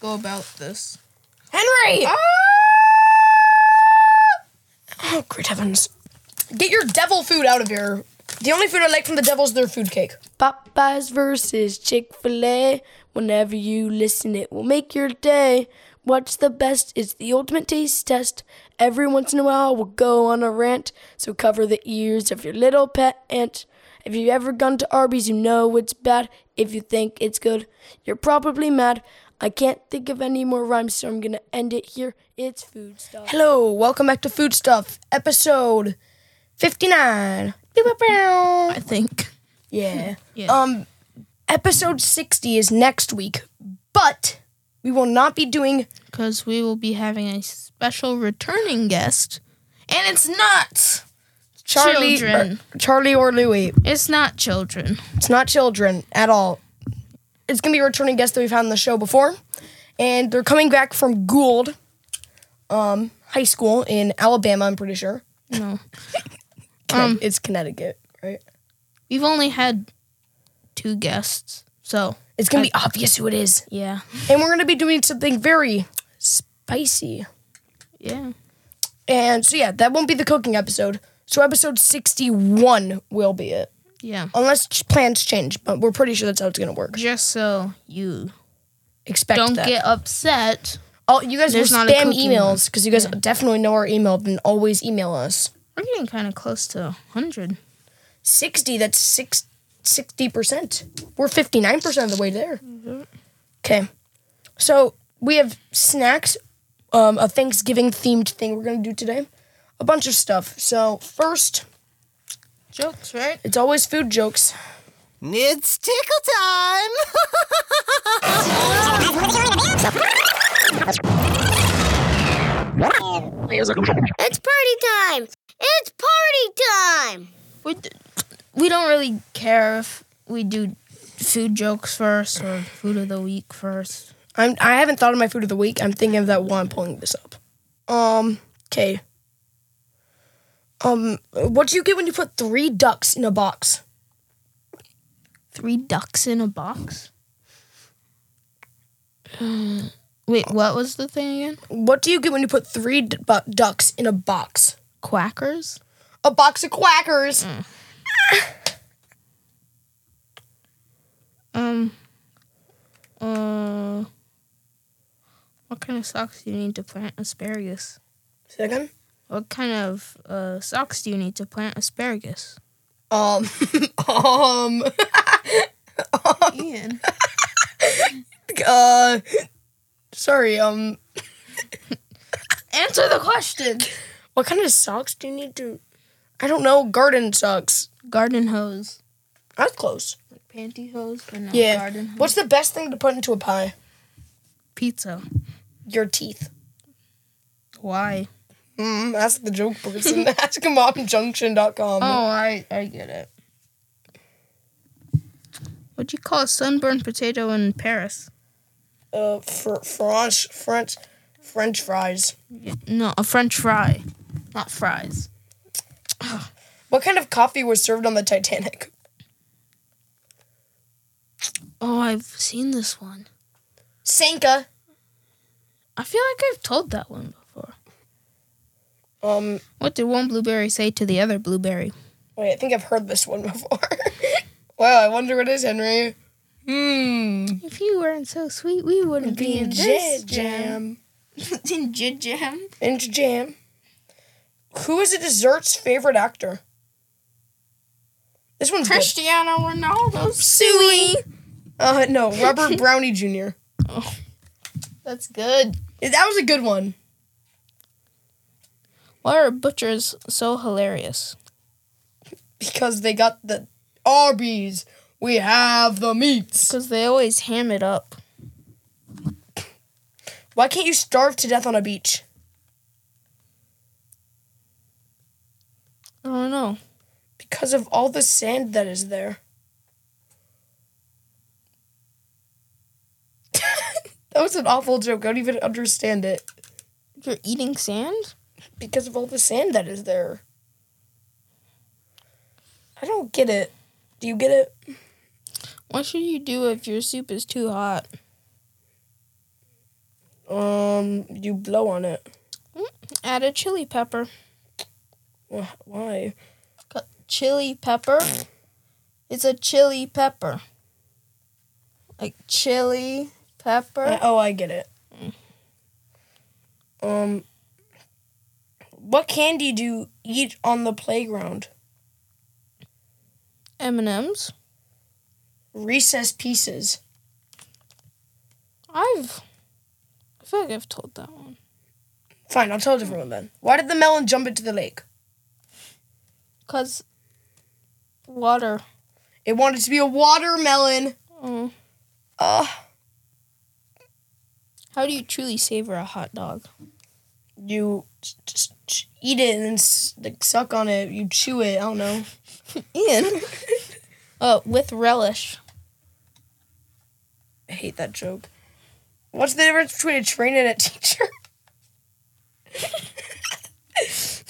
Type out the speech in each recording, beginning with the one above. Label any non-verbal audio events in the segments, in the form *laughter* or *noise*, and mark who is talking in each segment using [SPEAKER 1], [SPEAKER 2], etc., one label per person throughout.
[SPEAKER 1] go about this?
[SPEAKER 2] Henry!
[SPEAKER 3] Oh, great heavens.
[SPEAKER 2] Get your devil food out of here. The only food I like from the devil is their food cake.
[SPEAKER 3] Popeyes versus Chick fil A. Whenever you listen, it will make your day. What's the best? It's the ultimate taste test. Every once in a while, we'll go on a rant. So cover the ears of your little pet ant. If you've ever gone to Arby's, you know it's bad. If you think it's good, you're probably mad. I can't think of any more rhymes, so I'm gonna end it here. It's food stuff.
[SPEAKER 2] Hello, welcome back to Food Stuff, episode 59. Beep, boop, bow.
[SPEAKER 1] I think.
[SPEAKER 2] *laughs* Yeah.
[SPEAKER 1] Yeah.
[SPEAKER 2] Um, episode 60 is next week, but we will not be doing
[SPEAKER 1] Because we will be having a special returning guest. And it's not
[SPEAKER 2] Charlie,
[SPEAKER 1] children.
[SPEAKER 2] Or, Charlie or Louie.
[SPEAKER 1] It's not children.
[SPEAKER 2] It's not children at all. It's gonna be a returning guest that we've had on the show before, and they're coming back from Gould um, High School in Alabama. I'm pretty sure
[SPEAKER 1] No.
[SPEAKER 2] Conne-
[SPEAKER 1] Um.
[SPEAKER 2] it's Connecticut, right?
[SPEAKER 1] We've only had two guests. So,
[SPEAKER 2] It's gonna be obvious who it is,
[SPEAKER 1] yeah.
[SPEAKER 2] and we're gonna be doing something very spicy.
[SPEAKER 1] Yeah.
[SPEAKER 2] And so yeah, that won't be the cooking episode. So episode 61 will be it,
[SPEAKER 1] Yeah.
[SPEAKER 2] unless ch- plans change. But we're pretty sure that's how it's gonna work.
[SPEAKER 1] Just so you
[SPEAKER 2] Expect
[SPEAKER 1] don't
[SPEAKER 2] that.
[SPEAKER 1] get upset.
[SPEAKER 2] Oh, you guys will
[SPEAKER 1] There's not a
[SPEAKER 2] spam
[SPEAKER 1] cooking
[SPEAKER 2] emails because you guys definitely know our email and always email us.
[SPEAKER 1] We're getting kind of close to 100.
[SPEAKER 2] 60, that's six, 60%. We're 59% of the way there. Okay. So we have snacks, um, a Thanksgiving themed thing we're going to do today, a bunch of stuff. So, first,
[SPEAKER 1] Jokes, right?
[SPEAKER 2] it's always food jokes.
[SPEAKER 4] It's tickle time!
[SPEAKER 5] It's party time! It's party time!
[SPEAKER 1] We, d- we don't really care if we do food jokes first or food of the week first.
[SPEAKER 2] I'm, I haven't thought of my food of the week. I'm thinking of that while I'm pulling this up. Um, okay. Um, what do you get when you put three ducks in a box?
[SPEAKER 1] Three ducks in a box? *sighs* Wait, what was the thing again?
[SPEAKER 2] What do you get when you put three d- bu- ducks in a box?
[SPEAKER 1] Quackers?
[SPEAKER 2] A box of quackers.
[SPEAKER 1] Um, uh, what kind of socks do you need to plant asparagus?
[SPEAKER 2] Say that again.
[SPEAKER 1] What kind of uh, socks do you need to plant asparagus?
[SPEAKER 2] Um, *laughs* um,
[SPEAKER 1] Ian.
[SPEAKER 2] uh, sorry. Um,
[SPEAKER 1] Answer the question.
[SPEAKER 2] what kind of socks do you need to? I don't know. Garden socks.
[SPEAKER 1] Garden hose.
[SPEAKER 2] That's close.
[SPEAKER 1] Like pantyhose, but not
[SPEAKER 2] Yeah.
[SPEAKER 1] Oh, garden hose.
[SPEAKER 2] What's the best thing to put into a pie?
[SPEAKER 1] pizza?
[SPEAKER 2] Your teeth.
[SPEAKER 1] Why?
[SPEAKER 2] Mm, ask the joke person. *laughs* ask momjunction.com.
[SPEAKER 1] Oh, I, I get it. What'd you call a sunburned potato in Paris?
[SPEAKER 2] Uh, fr- French, French, French fries.
[SPEAKER 1] No, a french fry, not fries.
[SPEAKER 2] What kind of coffee was served on the Titanic?
[SPEAKER 1] Oh, I've seen this one.
[SPEAKER 2] Sanka.
[SPEAKER 1] I feel like I've told that one before.
[SPEAKER 2] Um,
[SPEAKER 1] What did one blueberry say to the other blueberry?
[SPEAKER 2] wait, I think I've heard this one *laughs* before. wow, I wonder what it is, Henry. Hmm.
[SPEAKER 1] If you weren't so sweet, we wouldn't be in
[SPEAKER 2] J
[SPEAKER 1] this jam. in jid jam.
[SPEAKER 2] In jam. Who is a dessert's favorite actor? This one's good.
[SPEAKER 1] Cristiano Ronaldo suey.
[SPEAKER 2] Uh, no,
[SPEAKER 1] *laughs*
[SPEAKER 2] Robert Brownie Jr.
[SPEAKER 1] That's good.
[SPEAKER 2] That was a good one.
[SPEAKER 1] Why are butchers so hilarious?
[SPEAKER 2] Because they got the Arby's. We have the meats.
[SPEAKER 1] Because they always ham it up.
[SPEAKER 2] Why can't you starve to death on a beach?
[SPEAKER 1] I don't know.
[SPEAKER 2] Because of all the sand that is there. *laughs* that was an awful joke. I don't even understand it.
[SPEAKER 1] You're eating sand?
[SPEAKER 2] Because of all the sand that is there. I don't get it. Do you get it?
[SPEAKER 1] What should you do if your soup is too hot?
[SPEAKER 2] um you blow on it?
[SPEAKER 1] Add a chili pepper.
[SPEAKER 2] Wh- Why?
[SPEAKER 1] Cut Chili pepper. It's a chili pepper. Like
[SPEAKER 2] I-
[SPEAKER 1] chili pepper.
[SPEAKER 2] oh, I get it. Um, what candy do you eat on the playground?
[SPEAKER 1] M&M's.
[SPEAKER 2] Recess pieces.
[SPEAKER 1] I've I feel like I've told that one.
[SPEAKER 2] Fine, I'll tell a different one then. Why did the melon jump into the lake?
[SPEAKER 1] Cause water.
[SPEAKER 2] It wanted to be a watermelon.
[SPEAKER 1] Mm.
[SPEAKER 2] Uh,
[SPEAKER 1] How do you truly savor a hot dog?
[SPEAKER 2] you s- just ch- eat it and then s- like, suck on it. You chew it. I don't know. *laughs*
[SPEAKER 1] Ian. oh, with relish.
[SPEAKER 2] I hate that joke. What's the difference between a train and a
[SPEAKER 1] *laughs*
[SPEAKER 2] teacher?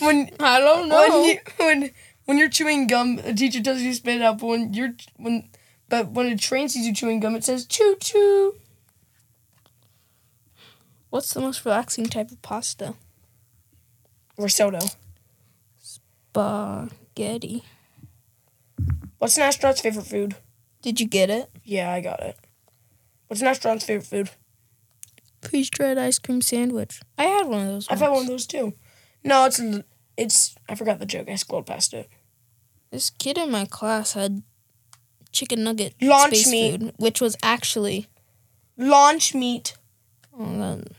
[SPEAKER 2] when
[SPEAKER 1] I don't
[SPEAKER 2] when you, when when you're chewing gum, a teacher tells you to spit it out. But when you're when but when a train sees you chewing gum, it says choo choo.
[SPEAKER 1] What's the most relaxing type of pasta?
[SPEAKER 2] Risotto.
[SPEAKER 1] Spaghetti.
[SPEAKER 2] What's an astronaut's favorite food?
[SPEAKER 1] Did you get it?
[SPEAKER 2] Yeah, I got it. What's an astronaut's favorite food?
[SPEAKER 1] Please try an ice cream sandwich. I had one of those.
[SPEAKER 2] I've had one of those too. No, it's a- it's. I forgot the joke. I scrolled past it.
[SPEAKER 1] This kid in my class had chicken nugget
[SPEAKER 2] Launch
[SPEAKER 1] space
[SPEAKER 2] meat.
[SPEAKER 1] food, which was actually.
[SPEAKER 2] Launch meat.
[SPEAKER 1] Oh, that-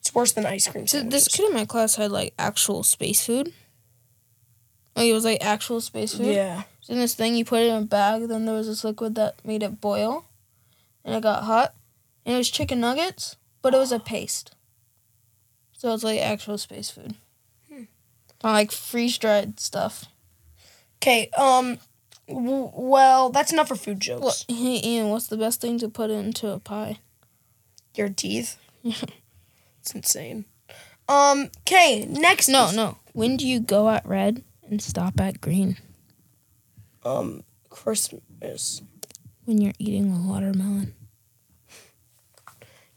[SPEAKER 2] It's worse than ice cream.
[SPEAKER 1] So this
[SPEAKER 2] sandwiches.
[SPEAKER 1] kid in my class had like actual space food. Like it was like actual space food.
[SPEAKER 2] Yeah.
[SPEAKER 1] It's in this thing, you put it in a bag, then there was this liquid that made it boil, and it got hot, and it was chicken nuggets, but it was a paste. So it's like actual space food. Not like freeze dried stuff.
[SPEAKER 2] Okay. Um. W- well, that's enough for food jokes.
[SPEAKER 1] What, hey Ian, what's the best thing to put into a pie?
[SPEAKER 2] Your teeth. it's insane. Um. Okay. Next.
[SPEAKER 1] No,
[SPEAKER 2] is-
[SPEAKER 1] no. When do you go at red and stop at green?
[SPEAKER 2] Um. Christmas.
[SPEAKER 1] When you're eating a watermelon.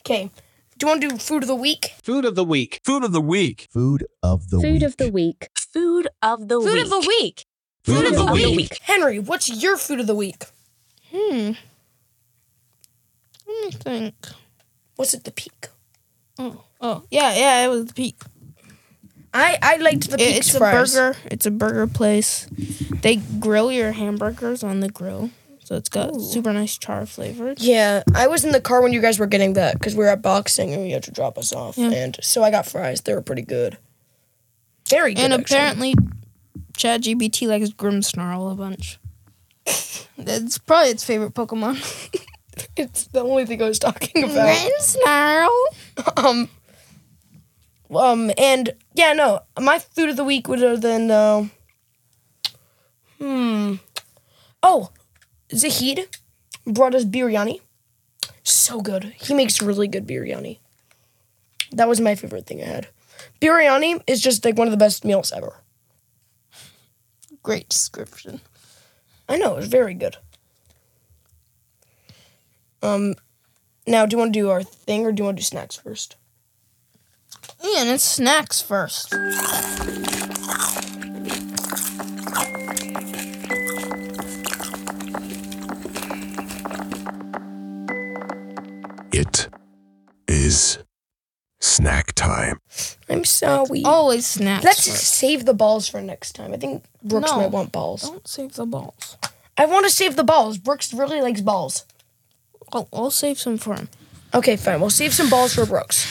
[SPEAKER 2] Okay. Do you want to do food of the week?
[SPEAKER 6] Food of the week. Food of the week.
[SPEAKER 7] Food of the
[SPEAKER 8] Food
[SPEAKER 7] week.
[SPEAKER 8] of the week. Food of the week. Food of the week.
[SPEAKER 6] Food of the week.
[SPEAKER 2] Henry, what's your food of the week?
[SPEAKER 1] Hmm. Let me think.
[SPEAKER 2] Was it the peak?
[SPEAKER 1] Oh, oh, yeah, yeah. It was the peak.
[SPEAKER 2] I I liked the
[SPEAKER 1] It-
[SPEAKER 2] peak
[SPEAKER 1] it's
[SPEAKER 2] fries.
[SPEAKER 1] a burger. It's a burger place. They grill your hamburgers on the grill, so it's got super nice char flavor.
[SPEAKER 2] Yeah, I was in the car when you guys were getting that because we were at boxing and you had to drop us off,
[SPEAKER 1] Yeah.
[SPEAKER 2] and so I got fries. They were pretty good. Very good.
[SPEAKER 1] and
[SPEAKER 2] actually.
[SPEAKER 1] apparently, Chad GBT likes Grimmsnarl a bunch. That's probably *laughs* its favorite *laughs* Pokemon.
[SPEAKER 2] *laughs* it's the only thing I was talking about.
[SPEAKER 1] Grimmsnarl.
[SPEAKER 2] um, um, and yeah, no, my food of the week would have been, uh, hmm, oh, Zahid brought us biryani. So good. He makes really good biryani. That was my favorite thing I had. Biryani is just like one of the best meals ever.
[SPEAKER 1] Great description.
[SPEAKER 2] I know it was very good. Um, now do you want to do our thing or do you want to do snacks first?
[SPEAKER 1] Ian, it's snacks first.
[SPEAKER 9] It is snack time.
[SPEAKER 2] I'm sorry.
[SPEAKER 1] Always snacks.
[SPEAKER 2] Oh, Let's
[SPEAKER 1] first.
[SPEAKER 2] save the balls for next time. I think Brooks
[SPEAKER 1] No.
[SPEAKER 2] might want balls.
[SPEAKER 1] Don't save the balls.
[SPEAKER 2] I want to save the balls. Brooks really likes balls.
[SPEAKER 1] I'll, I'll save some for him.
[SPEAKER 2] Okay, fine. We'll save some balls for Brooks.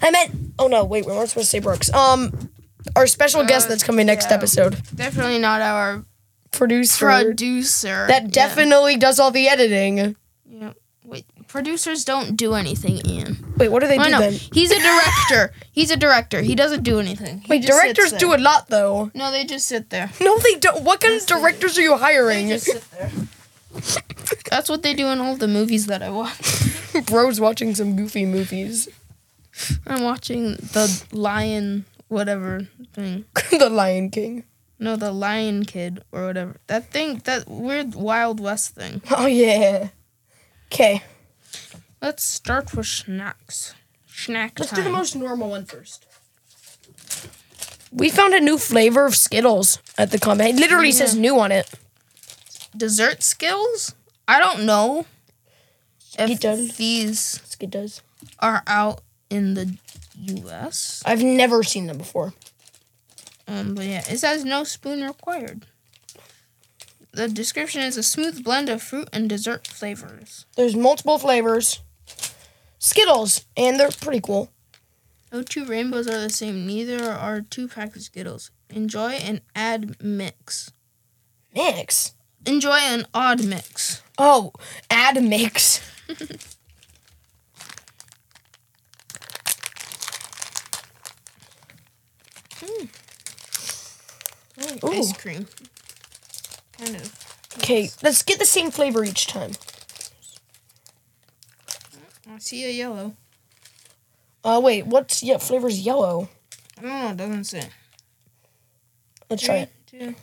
[SPEAKER 2] I meant. Oh no, wait. We weren't supposed to say Brooks. Um, our special guest that's coming next episode.
[SPEAKER 1] Definitely not our
[SPEAKER 2] Producer
[SPEAKER 1] producer.
[SPEAKER 2] that definitely does all the editing.
[SPEAKER 1] Yeah. Wait, producers don't do anything, Ian.
[SPEAKER 2] Wait, what do they
[SPEAKER 1] Oh,
[SPEAKER 2] do
[SPEAKER 1] no,
[SPEAKER 2] then?
[SPEAKER 1] he's a director. he's a director. He doesn't do anything. He
[SPEAKER 2] Wait,
[SPEAKER 1] just
[SPEAKER 2] directors
[SPEAKER 1] sits
[SPEAKER 2] do
[SPEAKER 1] there.
[SPEAKER 2] a lot though.
[SPEAKER 1] No, they just sit there.
[SPEAKER 2] No, they don't. What kind of directors are you
[SPEAKER 1] They
[SPEAKER 2] hiring?
[SPEAKER 1] just sit there. That's what they do in all the movies that I watch.
[SPEAKER 2] *laughs*
[SPEAKER 1] *laughs*
[SPEAKER 2] Bro's watching some goofy movies. *laughs*
[SPEAKER 1] I'm watching the Lion whatever thing.
[SPEAKER 2] the Lion King.
[SPEAKER 1] No, the Lion Kid or whatever. That thing, that weird Wild West thing.
[SPEAKER 2] Oh yeah. Okay.
[SPEAKER 1] Let's start with snacks. Snack
[SPEAKER 2] Let's
[SPEAKER 1] time.
[SPEAKER 2] do the most normal one first. We found a new flavor of Skittles at the comment. It literally says new on it.
[SPEAKER 1] Dessert skills? I don't know if
[SPEAKER 2] Skittles.
[SPEAKER 1] these
[SPEAKER 2] Skittles.
[SPEAKER 1] are out in the U.S.
[SPEAKER 2] I've never seen them before.
[SPEAKER 1] Um, but yeah, it says no spoon required. The description is a smooth blend of fruit and dessert flavors.
[SPEAKER 2] There's multiple flavors. Skittles, and they're pretty cool.
[SPEAKER 1] No two rainbows are the same. Neither are two packs of Skittles. Enjoy an add mix.
[SPEAKER 2] Mix.
[SPEAKER 1] Enjoy an odd mix.
[SPEAKER 2] Oh, add mix.
[SPEAKER 1] Ice cream. Kind of.
[SPEAKER 2] Okay, let's get the same flavor each time.
[SPEAKER 1] I see a yellow.
[SPEAKER 2] Uh, wait, what's yeah flavor's yellow?
[SPEAKER 1] I don't know. It doesn't say.
[SPEAKER 2] Let's try it.
[SPEAKER 1] Two.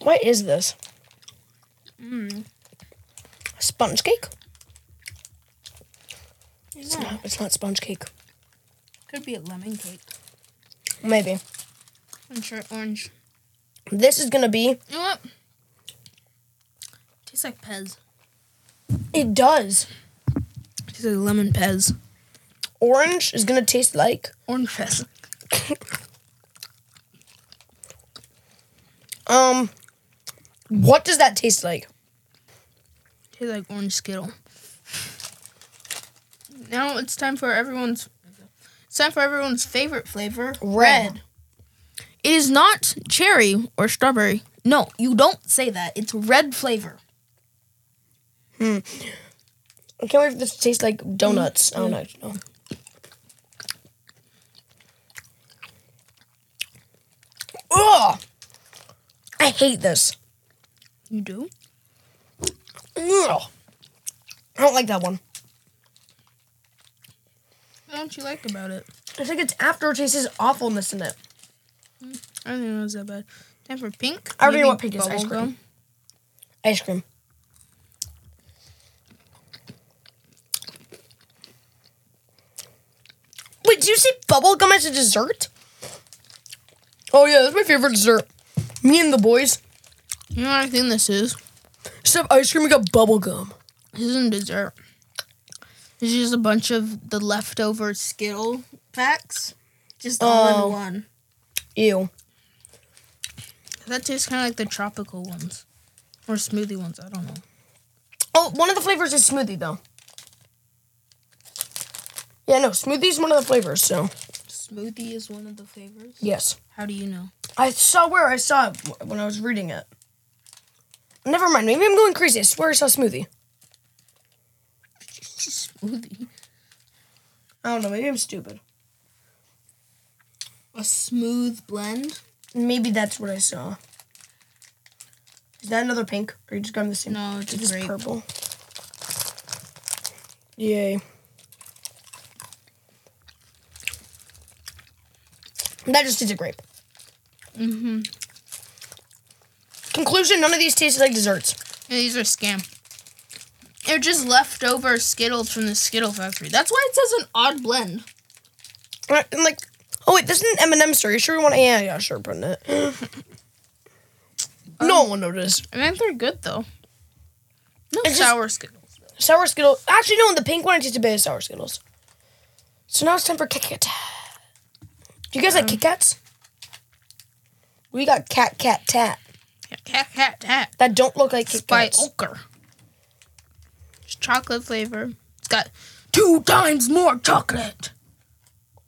[SPEAKER 2] What is this?
[SPEAKER 1] Mm.
[SPEAKER 2] Sponge cake? It's not. It's not sponge cake.
[SPEAKER 1] Could be a lemon cake.
[SPEAKER 2] Maybe.
[SPEAKER 1] I'm sure orange.
[SPEAKER 2] This is gonna be.
[SPEAKER 1] You know what? Tastes like Pez.
[SPEAKER 2] It does.
[SPEAKER 1] Tastes like lemon Pez.
[SPEAKER 2] Orange is gonna taste like. *laughs*
[SPEAKER 1] Orange Pez.
[SPEAKER 2] Um. What does that taste like?
[SPEAKER 1] Tastes like orange Skittle. Now it's time for everyone's. It's time for everyone's favorite flavor.
[SPEAKER 2] Red.
[SPEAKER 1] It is not cherry or strawberry. No, you don't say that. It's red flavor.
[SPEAKER 2] I can't wait for this to taste like donuts. I don't actually know. Oh. Ugh! I hate this.
[SPEAKER 1] You do?
[SPEAKER 2] Ugh. I don't like that one.
[SPEAKER 1] What don't you like about it?
[SPEAKER 2] I think its aftertaste is awfulness in it.
[SPEAKER 1] I don't think it was that bad. Time for pink.
[SPEAKER 2] I already
[SPEAKER 1] Maybe
[SPEAKER 2] know what pink is, ice
[SPEAKER 1] bubblegum.
[SPEAKER 2] cream. Ice cream. Wait, did you see bubblegum as a dessert? Oh yeah, that's my favorite dessert. Me and the boys.
[SPEAKER 1] You know what I think this is?
[SPEAKER 2] Instead of ice cream, we got bubblegum.
[SPEAKER 1] This isn't dessert. This is just a bunch of the leftover Skittle packs. Just all
[SPEAKER 2] Oh.
[SPEAKER 1] in one.
[SPEAKER 2] Ew.
[SPEAKER 1] That tastes kind of like the tropical ones. Or smoothie ones. I don't know.
[SPEAKER 2] Oh, one of the flavors is smoothie though. Yeah, no, smoothie's one of the flavors, so
[SPEAKER 1] Smoothie is one of the flavors.
[SPEAKER 2] yes.
[SPEAKER 1] How do you know?
[SPEAKER 2] I saw where I saw it w- when I was reading it. Never mind. Maybe I'm going crazy. I swear I saw smoothie.
[SPEAKER 1] smoothie.
[SPEAKER 2] I don't know. Maybe I'm stupid.
[SPEAKER 1] A smooth blend?
[SPEAKER 2] Maybe that's what I saw. Is that another pink? Or you just grabbing the same?
[SPEAKER 1] No, it's a
[SPEAKER 2] This is
[SPEAKER 1] grape.
[SPEAKER 2] purple. Yay. That just is a grape.
[SPEAKER 1] Mm-hmm.
[SPEAKER 2] Conclusion: None of these tasted like desserts.
[SPEAKER 1] these are scam. They're just leftover Skittles from the Skittle factory. That's why it says an odd blend.
[SPEAKER 2] Right, I'm like, oh wait, this is an M&M store. You sure we want? to Yeah, yeah, sure, put in
[SPEAKER 1] Um,
[SPEAKER 2] it. no one will notice.
[SPEAKER 1] I think they're good though. No
[SPEAKER 2] It's just-
[SPEAKER 1] sour Skittles.
[SPEAKER 2] Sour Skittles. Actually, no, the pink one I tasted a bit of sour Skittles. So now it's time for Kit Kat. Do you guys like Kit Kats? We got Cat Cat Tat
[SPEAKER 1] Cat cat cat.
[SPEAKER 2] that don't look like Kit
[SPEAKER 1] By
[SPEAKER 2] Kats.
[SPEAKER 1] ochre. It's chocolate flavor. It's got two times more chocolate.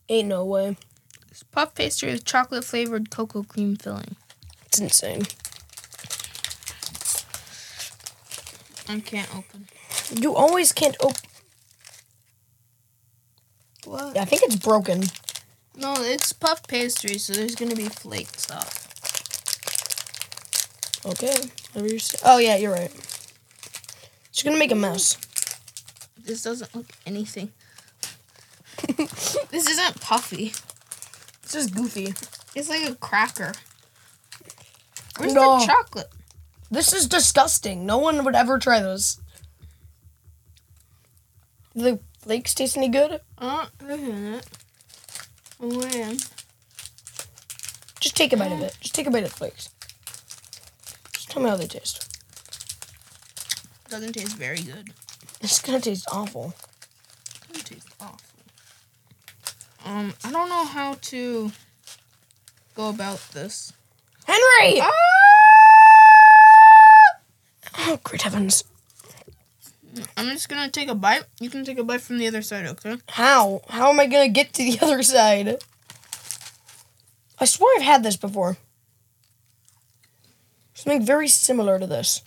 [SPEAKER 2] Ain't no way.
[SPEAKER 1] It's puff pastry with chocolate flavored cocoa cream filling.
[SPEAKER 2] It's insane.
[SPEAKER 1] I can't open.
[SPEAKER 2] You always can't open.
[SPEAKER 1] What?
[SPEAKER 2] I think it's broken.
[SPEAKER 1] No, it's puff pastry, so there's gonna be flakes off.
[SPEAKER 2] Okay. Whatever you say. Oh yeah, you're right. She's gonna make a mess.
[SPEAKER 1] This doesn't look *laughs* anything. this isn't puffy.
[SPEAKER 2] It's just goofy.
[SPEAKER 1] It's like a cracker. Where's
[SPEAKER 2] No.
[SPEAKER 1] the chocolate?
[SPEAKER 2] This is disgusting. No one would ever try those. Do the flakes taste any good?
[SPEAKER 1] Uh, wait a minute. Oh, Wait.
[SPEAKER 2] Just take a bite of it. Just take a bite of the flakes. Just tell me how they taste.
[SPEAKER 1] Doesn't taste very good.
[SPEAKER 2] It's gonna taste awful.
[SPEAKER 1] Doesn't taste awful. Um, I don't know how to go about this.
[SPEAKER 2] Henry!
[SPEAKER 1] Ah!
[SPEAKER 2] Oh, great heavens.
[SPEAKER 1] I'm just gonna take a bite. You can take a bite from the other side, okay?
[SPEAKER 2] How? How am I gonna get to the *laughs* other side? I swear I've had this before. Something very similar to this.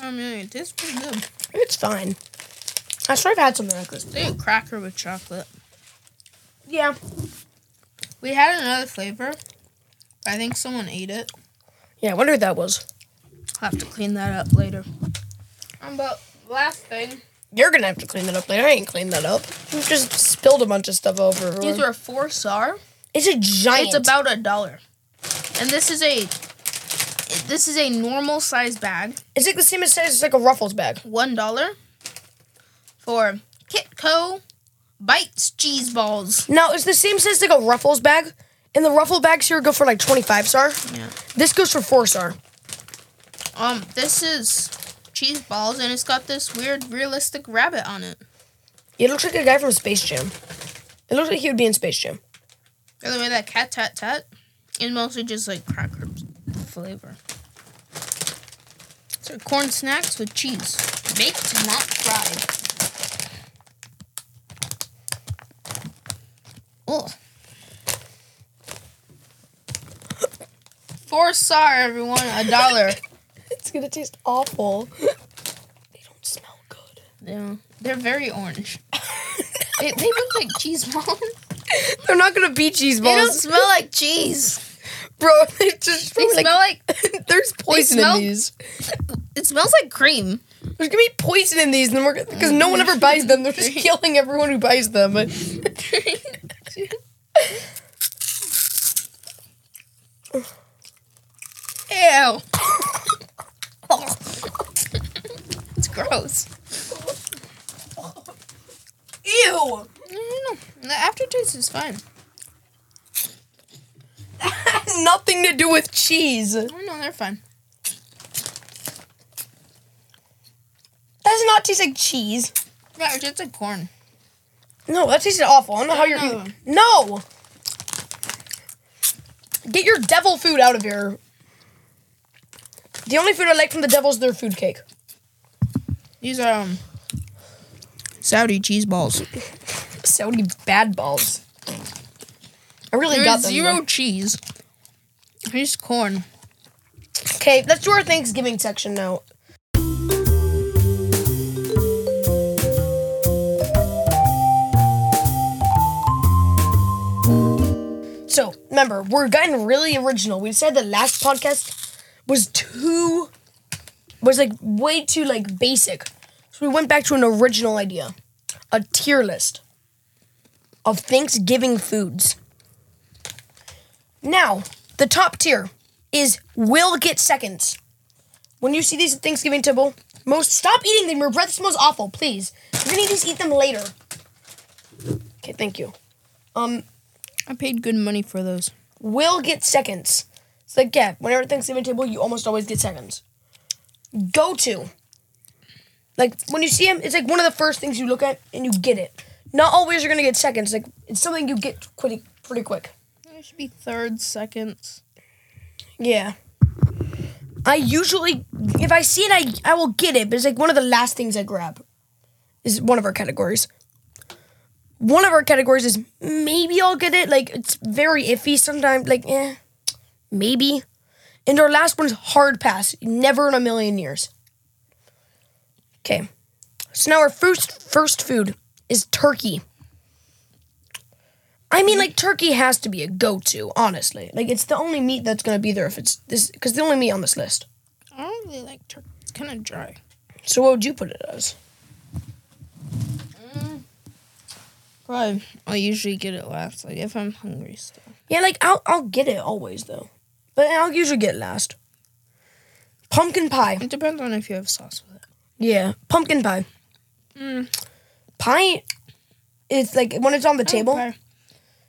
[SPEAKER 1] I mean, it tastes pretty good.
[SPEAKER 2] It's fine. I swear I've had something like this.
[SPEAKER 1] They a cracker with chocolate.
[SPEAKER 2] Yeah.
[SPEAKER 1] We had another flavor. I think someone ate it.
[SPEAKER 2] Yeah, I wonder what that was.
[SPEAKER 1] I'll have to clean that up later. Um, but last thing,
[SPEAKER 2] You're gonna have to clean that up later. I ain't cleaned that up. You just spilled a bunch of stuff over.
[SPEAKER 1] these were four sar.
[SPEAKER 2] it's a giant.
[SPEAKER 1] It's about a dollar, and this is a this is a normal size bag.
[SPEAKER 2] It's like the same as size as like a Ruffles bag.
[SPEAKER 1] One dollar for Kitco bites cheese balls.
[SPEAKER 2] No, it's the same size like a Ruffles bag. And the Ruffle bags here go for like 25 star.
[SPEAKER 1] Yeah.
[SPEAKER 2] This goes for 4 star.
[SPEAKER 1] Um, this is cheese balls, and it's got this weird realistic rabbit on it.
[SPEAKER 2] It looks like a guy from Space Jam. It looks like he would be in Space Jam.
[SPEAKER 1] By the way, that cat tat tat is mostly just like cracker flavor. So corn snacks with cheese, baked not fried. Oh. Four star, everyone, a dollar.
[SPEAKER 2] *laughs* It's gonna taste *laughs* awful. they don't smell good.
[SPEAKER 1] *laughs* yeah, they're very orange. they, they look like cheese balls.
[SPEAKER 2] They're not gonna be cheese
[SPEAKER 1] They don't
[SPEAKER 2] balls,
[SPEAKER 1] smell like cheese.
[SPEAKER 2] bro. *laughs* They just
[SPEAKER 1] They
[SPEAKER 2] like,
[SPEAKER 1] smell like
[SPEAKER 2] *laughs* there's poison
[SPEAKER 1] smell-
[SPEAKER 2] in these.
[SPEAKER 1] it smells like cream.
[SPEAKER 2] There's gonna be poison in these, and then we're because no one ever buys them. They're
[SPEAKER 1] *laughs*
[SPEAKER 2] just killing everyone who buys them.
[SPEAKER 1] Ew. it's gross.
[SPEAKER 2] Ew!
[SPEAKER 1] No, the aftertaste is fine.
[SPEAKER 2] Nothing to do with cheese.
[SPEAKER 1] No, no, they're fine.
[SPEAKER 2] does not taste like cheese.
[SPEAKER 1] Yeah, it tastes like corn.
[SPEAKER 2] No, that tasted awful. I don't know how you're.
[SPEAKER 1] No.
[SPEAKER 2] No. Get your devil food out of here. The only food I like from the devil is their food cake.
[SPEAKER 1] These are um, Saudi cheese balls.
[SPEAKER 2] Saudi bad balls. I really
[SPEAKER 1] There
[SPEAKER 2] got
[SPEAKER 1] is
[SPEAKER 2] them.
[SPEAKER 1] zero cheese. Here's corn.
[SPEAKER 2] Okay, let's do our Thanksgiving section now. So remember, we're getting really original. We said the last podcast was too was like way too like basic. So we went back to an original idea. A tier list of Thanksgiving foods. Now, the top tier is will get seconds. When you see these at Thanksgiving table, most stop eating them. Your breath smells awful. Please, you're gonna need these. Eat them later. Okay, thank you. Um,
[SPEAKER 1] I paid good money for those.
[SPEAKER 2] will get seconds. It's like yeah, whenever at Thanksgiving table, you almost always get seconds. Go to. Like when you see them, it's like one of the first things you look at and you get it. Not always you're gonna get seconds. Like it's something you get pretty pretty quick.
[SPEAKER 1] It should be third, seconds.
[SPEAKER 2] Yeah. I usually, if I see it, I I will get it, but it's like one of the last things I grab. Is one of our categories. One of our categories is maybe I'll get it. Like it's very iffy sometimes. Like eh, maybe. And our last one's hard pass. Never in a million years. Okay, so now our first first food is turkey. I mean, like turkey has to be a go-to, honestly. Like it's the only meat that's gonna be there if it's this, because the only meat on this list.
[SPEAKER 1] I don't really like turkey. It's kind of dry.
[SPEAKER 2] So what would you put it as?
[SPEAKER 1] Probably, I usually get it last, like if I'm hungry still.
[SPEAKER 2] Yeah, like I'll I'll get it always though, but I'll usually get it last. Pumpkin pie.
[SPEAKER 1] It depends on if you have sauce with it.
[SPEAKER 2] Yeah, pumpkin pie.
[SPEAKER 1] Mm.
[SPEAKER 2] Pie. It's like when it's on the table,
[SPEAKER 1] Pie. Mm.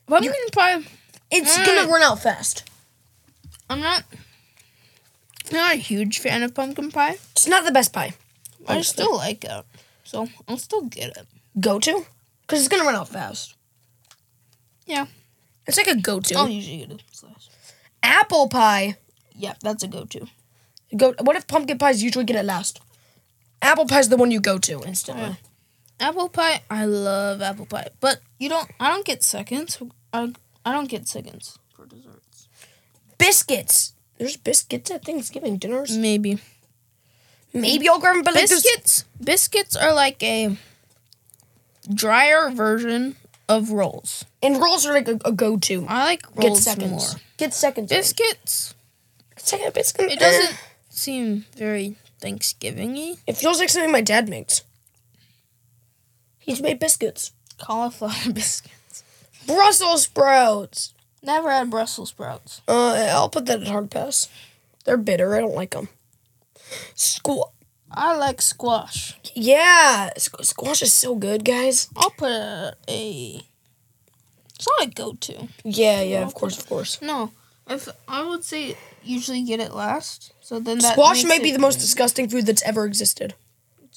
[SPEAKER 1] Pumpkin pie.
[SPEAKER 2] it's gonna run out fast.
[SPEAKER 1] I'm not. I'm not a huge fan of pumpkin pie.
[SPEAKER 2] It's not the best pie.
[SPEAKER 1] I still like it, so I'll still get it.
[SPEAKER 2] Go to, because it's gonna run out fast.
[SPEAKER 1] Yeah, Oh,
[SPEAKER 2] It's like a go to.
[SPEAKER 1] I'll usually get it. Slash.
[SPEAKER 2] Apple pie.
[SPEAKER 1] Yeah, that's a go-to.
[SPEAKER 2] Go. What if pumpkin pies usually get it last? Apple pie's the one you go to instantly.
[SPEAKER 1] Apple pie. I love apple pie, but you don't. I don't get seconds. I I don't get seconds for desserts.
[SPEAKER 2] Biscuits. There's biscuits at Thanksgiving dinners.
[SPEAKER 1] Maybe
[SPEAKER 2] Maybe I'll grab them, but like there's-
[SPEAKER 1] biscuits. Biscuits are like a drier version of rolls.
[SPEAKER 2] and rolls are like a, a go to.
[SPEAKER 1] I like
[SPEAKER 2] Get
[SPEAKER 1] rolls
[SPEAKER 2] seconds.
[SPEAKER 1] more.
[SPEAKER 2] Get seconds.
[SPEAKER 1] Biscuits.
[SPEAKER 2] Second biscuit.
[SPEAKER 1] It doesn't seem very Thanksgiving-y.
[SPEAKER 2] It feels like something my dad makes. He's made biscuits.
[SPEAKER 1] Cauliflower *laughs* biscuits.
[SPEAKER 2] Brussels sprouts.
[SPEAKER 1] Never had Brussels sprouts.
[SPEAKER 2] Uh, I'll put that at hard pass. They're bitter. I don't like them. Squash.
[SPEAKER 1] I like squash.
[SPEAKER 2] Yeah, squ- squash is so good, guys.
[SPEAKER 1] I'll put a. a it's not a go-to.
[SPEAKER 2] Yeah, yeah, of course, of course.
[SPEAKER 1] No, if I would say usually get it last. So then that
[SPEAKER 2] squash
[SPEAKER 1] makes
[SPEAKER 2] may be
[SPEAKER 1] it-
[SPEAKER 2] the most disgusting food that's ever existed.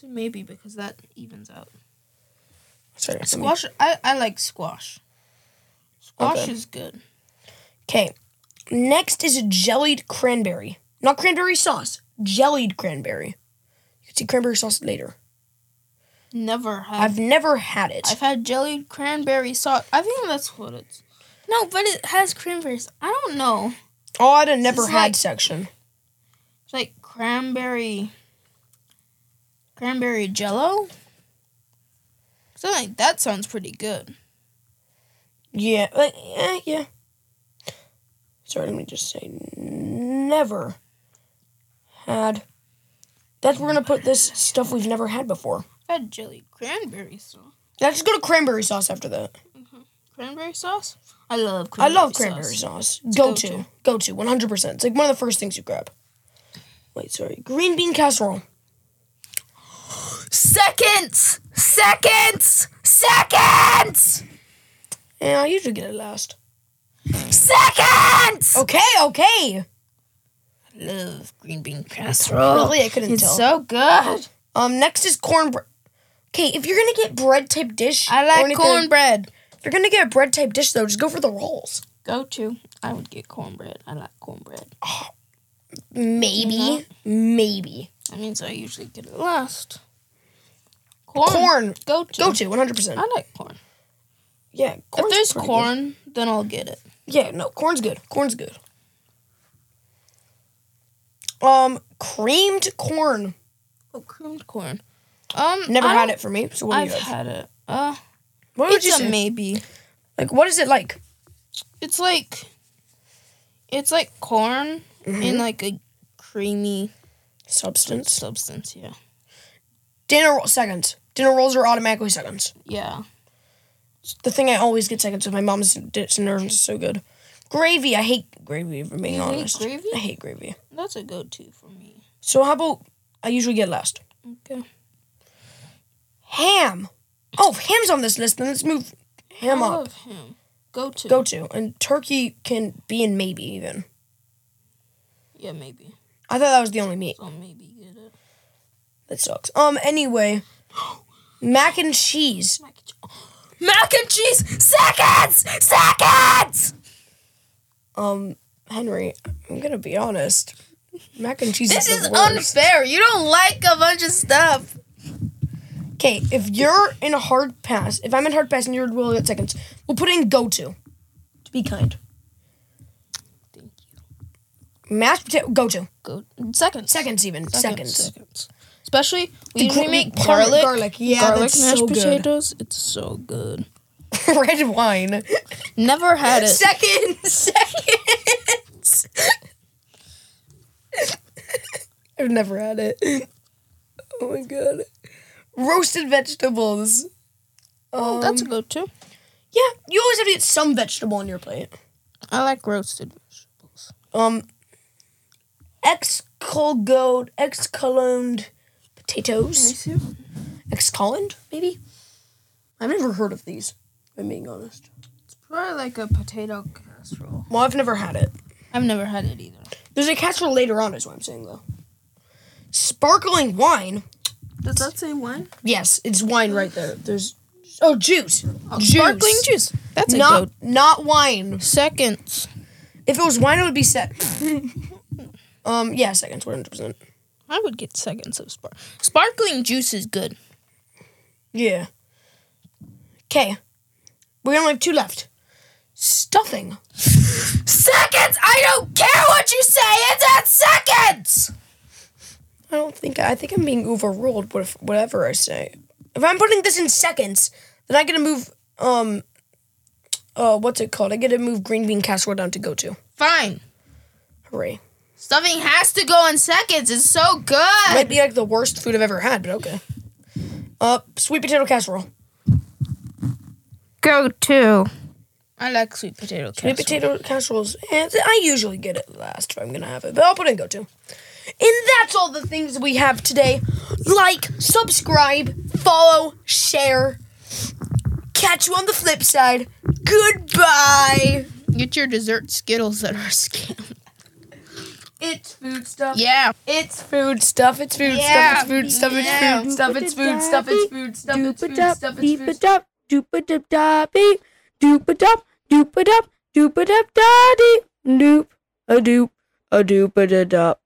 [SPEAKER 1] maybe because that evens out.
[SPEAKER 2] Sorry, let me-
[SPEAKER 1] Squash. I I like squash. Squash
[SPEAKER 2] Okay.
[SPEAKER 1] is good.
[SPEAKER 2] Okay. Next is jellied cranberry. Not cranberry sauce. Jellied cranberry. You can see cranberry sauce later.
[SPEAKER 1] Never had.
[SPEAKER 2] I've
[SPEAKER 1] Um, I've,
[SPEAKER 2] never had it.
[SPEAKER 1] had jellied cranberry sauce. I think that's what it's. No, but it has cranberries. I don't know.
[SPEAKER 2] oh, I'd have never
[SPEAKER 1] is
[SPEAKER 2] had
[SPEAKER 1] like-
[SPEAKER 2] section.
[SPEAKER 1] It's like cranberry, cranberry jello. So like that sounds pretty good.
[SPEAKER 2] Yeah. Like, eh, yeah. Sorry, let me just say never had. That's we're gonna put this stuff we've never had before.
[SPEAKER 1] I had jelly cranberry sauce.
[SPEAKER 2] Let's go to cranberry sauce after that.
[SPEAKER 1] Cranberry sauce? I love
[SPEAKER 2] I
[SPEAKER 1] cranberry
[SPEAKER 2] love cranberry sauce. Go to.
[SPEAKER 1] go-to.
[SPEAKER 2] Go to. 100%. It's like one of the first things you grab. Wait, sorry. Green bean casserole.
[SPEAKER 1] Seconds! Seconds! Seconds!
[SPEAKER 2] Yeah, I usually get it last.
[SPEAKER 1] Seconds!
[SPEAKER 2] Okay, okay.
[SPEAKER 1] I love green bean casserole.
[SPEAKER 2] Really, I couldn't
[SPEAKER 1] It's
[SPEAKER 2] tell.
[SPEAKER 1] so good.
[SPEAKER 2] um, next is cornbread. Okay, if you're gonna get bread type dish,
[SPEAKER 1] I
[SPEAKER 2] or
[SPEAKER 1] like
[SPEAKER 2] anything-
[SPEAKER 1] cornbread.
[SPEAKER 2] If you're gonna get a bread type dish though, just go for the rolls.
[SPEAKER 1] Go to. I would get cornbread. I like cornbread.
[SPEAKER 2] Maybe,
[SPEAKER 1] Mm-hmm.
[SPEAKER 2] maybe
[SPEAKER 1] That means I usually get it last.
[SPEAKER 2] corn.
[SPEAKER 1] Go to.
[SPEAKER 2] Go to 100. percent
[SPEAKER 1] I like corn.
[SPEAKER 2] Yeah,
[SPEAKER 1] If
[SPEAKER 2] corn's
[SPEAKER 1] there's
[SPEAKER 2] pretty
[SPEAKER 1] corn, then I'll get it.
[SPEAKER 2] good. Yeah, no, corn's good. Corn's good. Um, creamed corn.
[SPEAKER 1] Oh, creamed corn. Um,
[SPEAKER 2] Never
[SPEAKER 1] I
[SPEAKER 2] had
[SPEAKER 1] don't-
[SPEAKER 2] it for me. So what do
[SPEAKER 1] I've
[SPEAKER 2] you have?
[SPEAKER 1] had it. Uh,
[SPEAKER 2] what would you
[SPEAKER 1] it's a
[SPEAKER 2] say?
[SPEAKER 1] maybe.
[SPEAKER 2] Like, what is it like?
[SPEAKER 1] It's like, it's like corn
[SPEAKER 2] Mm-hmm.
[SPEAKER 1] in like a creamy
[SPEAKER 2] Substance.
[SPEAKER 1] substance. Yeah.
[SPEAKER 2] Dinner roll seconds. Dinner rolls are automatically seconds.
[SPEAKER 1] Yeah.
[SPEAKER 2] the thing I always get seconds of my mom's dinner is so good. Gravy, I hate gravy. If I'm being
[SPEAKER 1] You hate
[SPEAKER 2] honest,
[SPEAKER 1] gravy?
[SPEAKER 2] I hate gravy.
[SPEAKER 1] That's a go-to for me.
[SPEAKER 2] So how about I usually get last
[SPEAKER 1] Okay.
[SPEAKER 2] ham. Oh, if ham's on this list. Then let's move ham
[SPEAKER 1] I
[SPEAKER 2] up.
[SPEAKER 1] love ham. Go-to.
[SPEAKER 2] Go to and turkey can be in maybe even.
[SPEAKER 1] Yeah, maybe.
[SPEAKER 2] I thought that was the only meat.
[SPEAKER 1] I'll maybe get it.
[SPEAKER 2] That sucks. Um. Anyway, mac and cheese.
[SPEAKER 1] Mac and, che- mac and cheese. Seconds. Seconds.
[SPEAKER 2] Um, Henry, I'm gonna be honest. Mac and cheese.
[SPEAKER 1] This
[SPEAKER 2] is,
[SPEAKER 1] is
[SPEAKER 2] the worst.
[SPEAKER 1] unfair. You don't like a bunch of stuff.
[SPEAKER 2] Okay, if you're in a hard pass, if I'm in hard pass and you're willing at seconds, we'll put in go to. To be kind.
[SPEAKER 1] Thank you.
[SPEAKER 2] Mashed potato go to.
[SPEAKER 1] Go seconds.
[SPEAKER 2] Seconds even. Seconds.
[SPEAKER 1] Seconds. Especially we
[SPEAKER 2] The
[SPEAKER 1] usually
[SPEAKER 2] gr-
[SPEAKER 1] make
[SPEAKER 2] par-
[SPEAKER 1] garlic,
[SPEAKER 2] garlic. Yeah,
[SPEAKER 1] garlic
[SPEAKER 2] that's
[SPEAKER 1] mashed
[SPEAKER 2] so good.
[SPEAKER 1] potatoes. It's so good.
[SPEAKER 2] *laughs* Red wine.
[SPEAKER 1] Never had it.
[SPEAKER 2] Seconds. *laughs* Seconds. I've never had it. Oh my god. Roasted vegetables. Um,
[SPEAKER 1] Um, That's a go-to.
[SPEAKER 2] Yeah, you always have to get some vegetable on your plate.
[SPEAKER 1] I like roasted vegetables.
[SPEAKER 2] Um, excolgoed, excoloned potatoes. Mm-hmm. Excoloned, maybe? I've never heard of these, if I'm being honest.
[SPEAKER 1] Probably like a potato casserole.
[SPEAKER 2] Well, I've never had it.
[SPEAKER 1] I've never had it either.
[SPEAKER 2] There's a casserole later on, is what I'm saying, though. Sparkling wine?
[SPEAKER 1] Does that say wine?
[SPEAKER 2] Yes, it's wine right there. There's. Oh, juice. juice.
[SPEAKER 1] Sparkling juice. That's a
[SPEAKER 2] Not,
[SPEAKER 1] goat.
[SPEAKER 2] not wine.
[SPEAKER 1] Seconds.
[SPEAKER 2] If it was wine, it would be set. *laughs* um, yeah, seconds, 100%.
[SPEAKER 1] I would get seconds of spark. Sparkling juice is good.
[SPEAKER 2] Yeah. Okay. We only have two left. Stuffing.
[SPEAKER 1] Seconds. I don't care what you say. It's at seconds.
[SPEAKER 2] I don't think I think I'm being overruled. What if whatever I say? If I'm putting this in seconds, then I get to move. Um. Uh, what's it called? I get to move green bean casserole down to go to.
[SPEAKER 1] Fine.
[SPEAKER 2] Hooray!
[SPEAKER 1] Stuffing has to go in seconds. It's so
[SPEAKER 2] Might
[SPEAKER 1] good.
[SPEAKER 2] be like the worst food I've ever had, but okay. Uh, sweet potato casserole.
[SPEAKER 1] Go to. I like sweet potato
[SPEAKER 2] Sweet
[SPEAKER 1] casserole.
[SPEAKER 2] potato casseroles. And I usually get it last if I'm gonna have it, but I'll put in go to. And that's all the things we have today. Like, subscribe, follow, share. Catch you on the flip side. Goodbye.
[SPEAKER 1] Get your dessert Skittles that are scam.
[SPEAKER 2] It's food stuff.
[SPEAKER 1] Yeah.
[SPEAKER 2] It's food stuff. It's food
[SPEAKER 1] Yeah.
[SPEAKER 2] stuff. It's food stuff.
[SPEAKER 1] Yeah.
[SPEAKER 2] It's food stuff. It's food stuff. It's food stuff. It's food
[SPEAKER 3] Doop-a-dop,
[SPEAKER 2] stuff. It's food stuff.
[SPEAKER 3] deep-a-dop, doop-a-dop-da, beep, doop-a-dop, doop-a-dop, doop-a-dop-da, deep, doop, a doop, a doop-a-da-dop.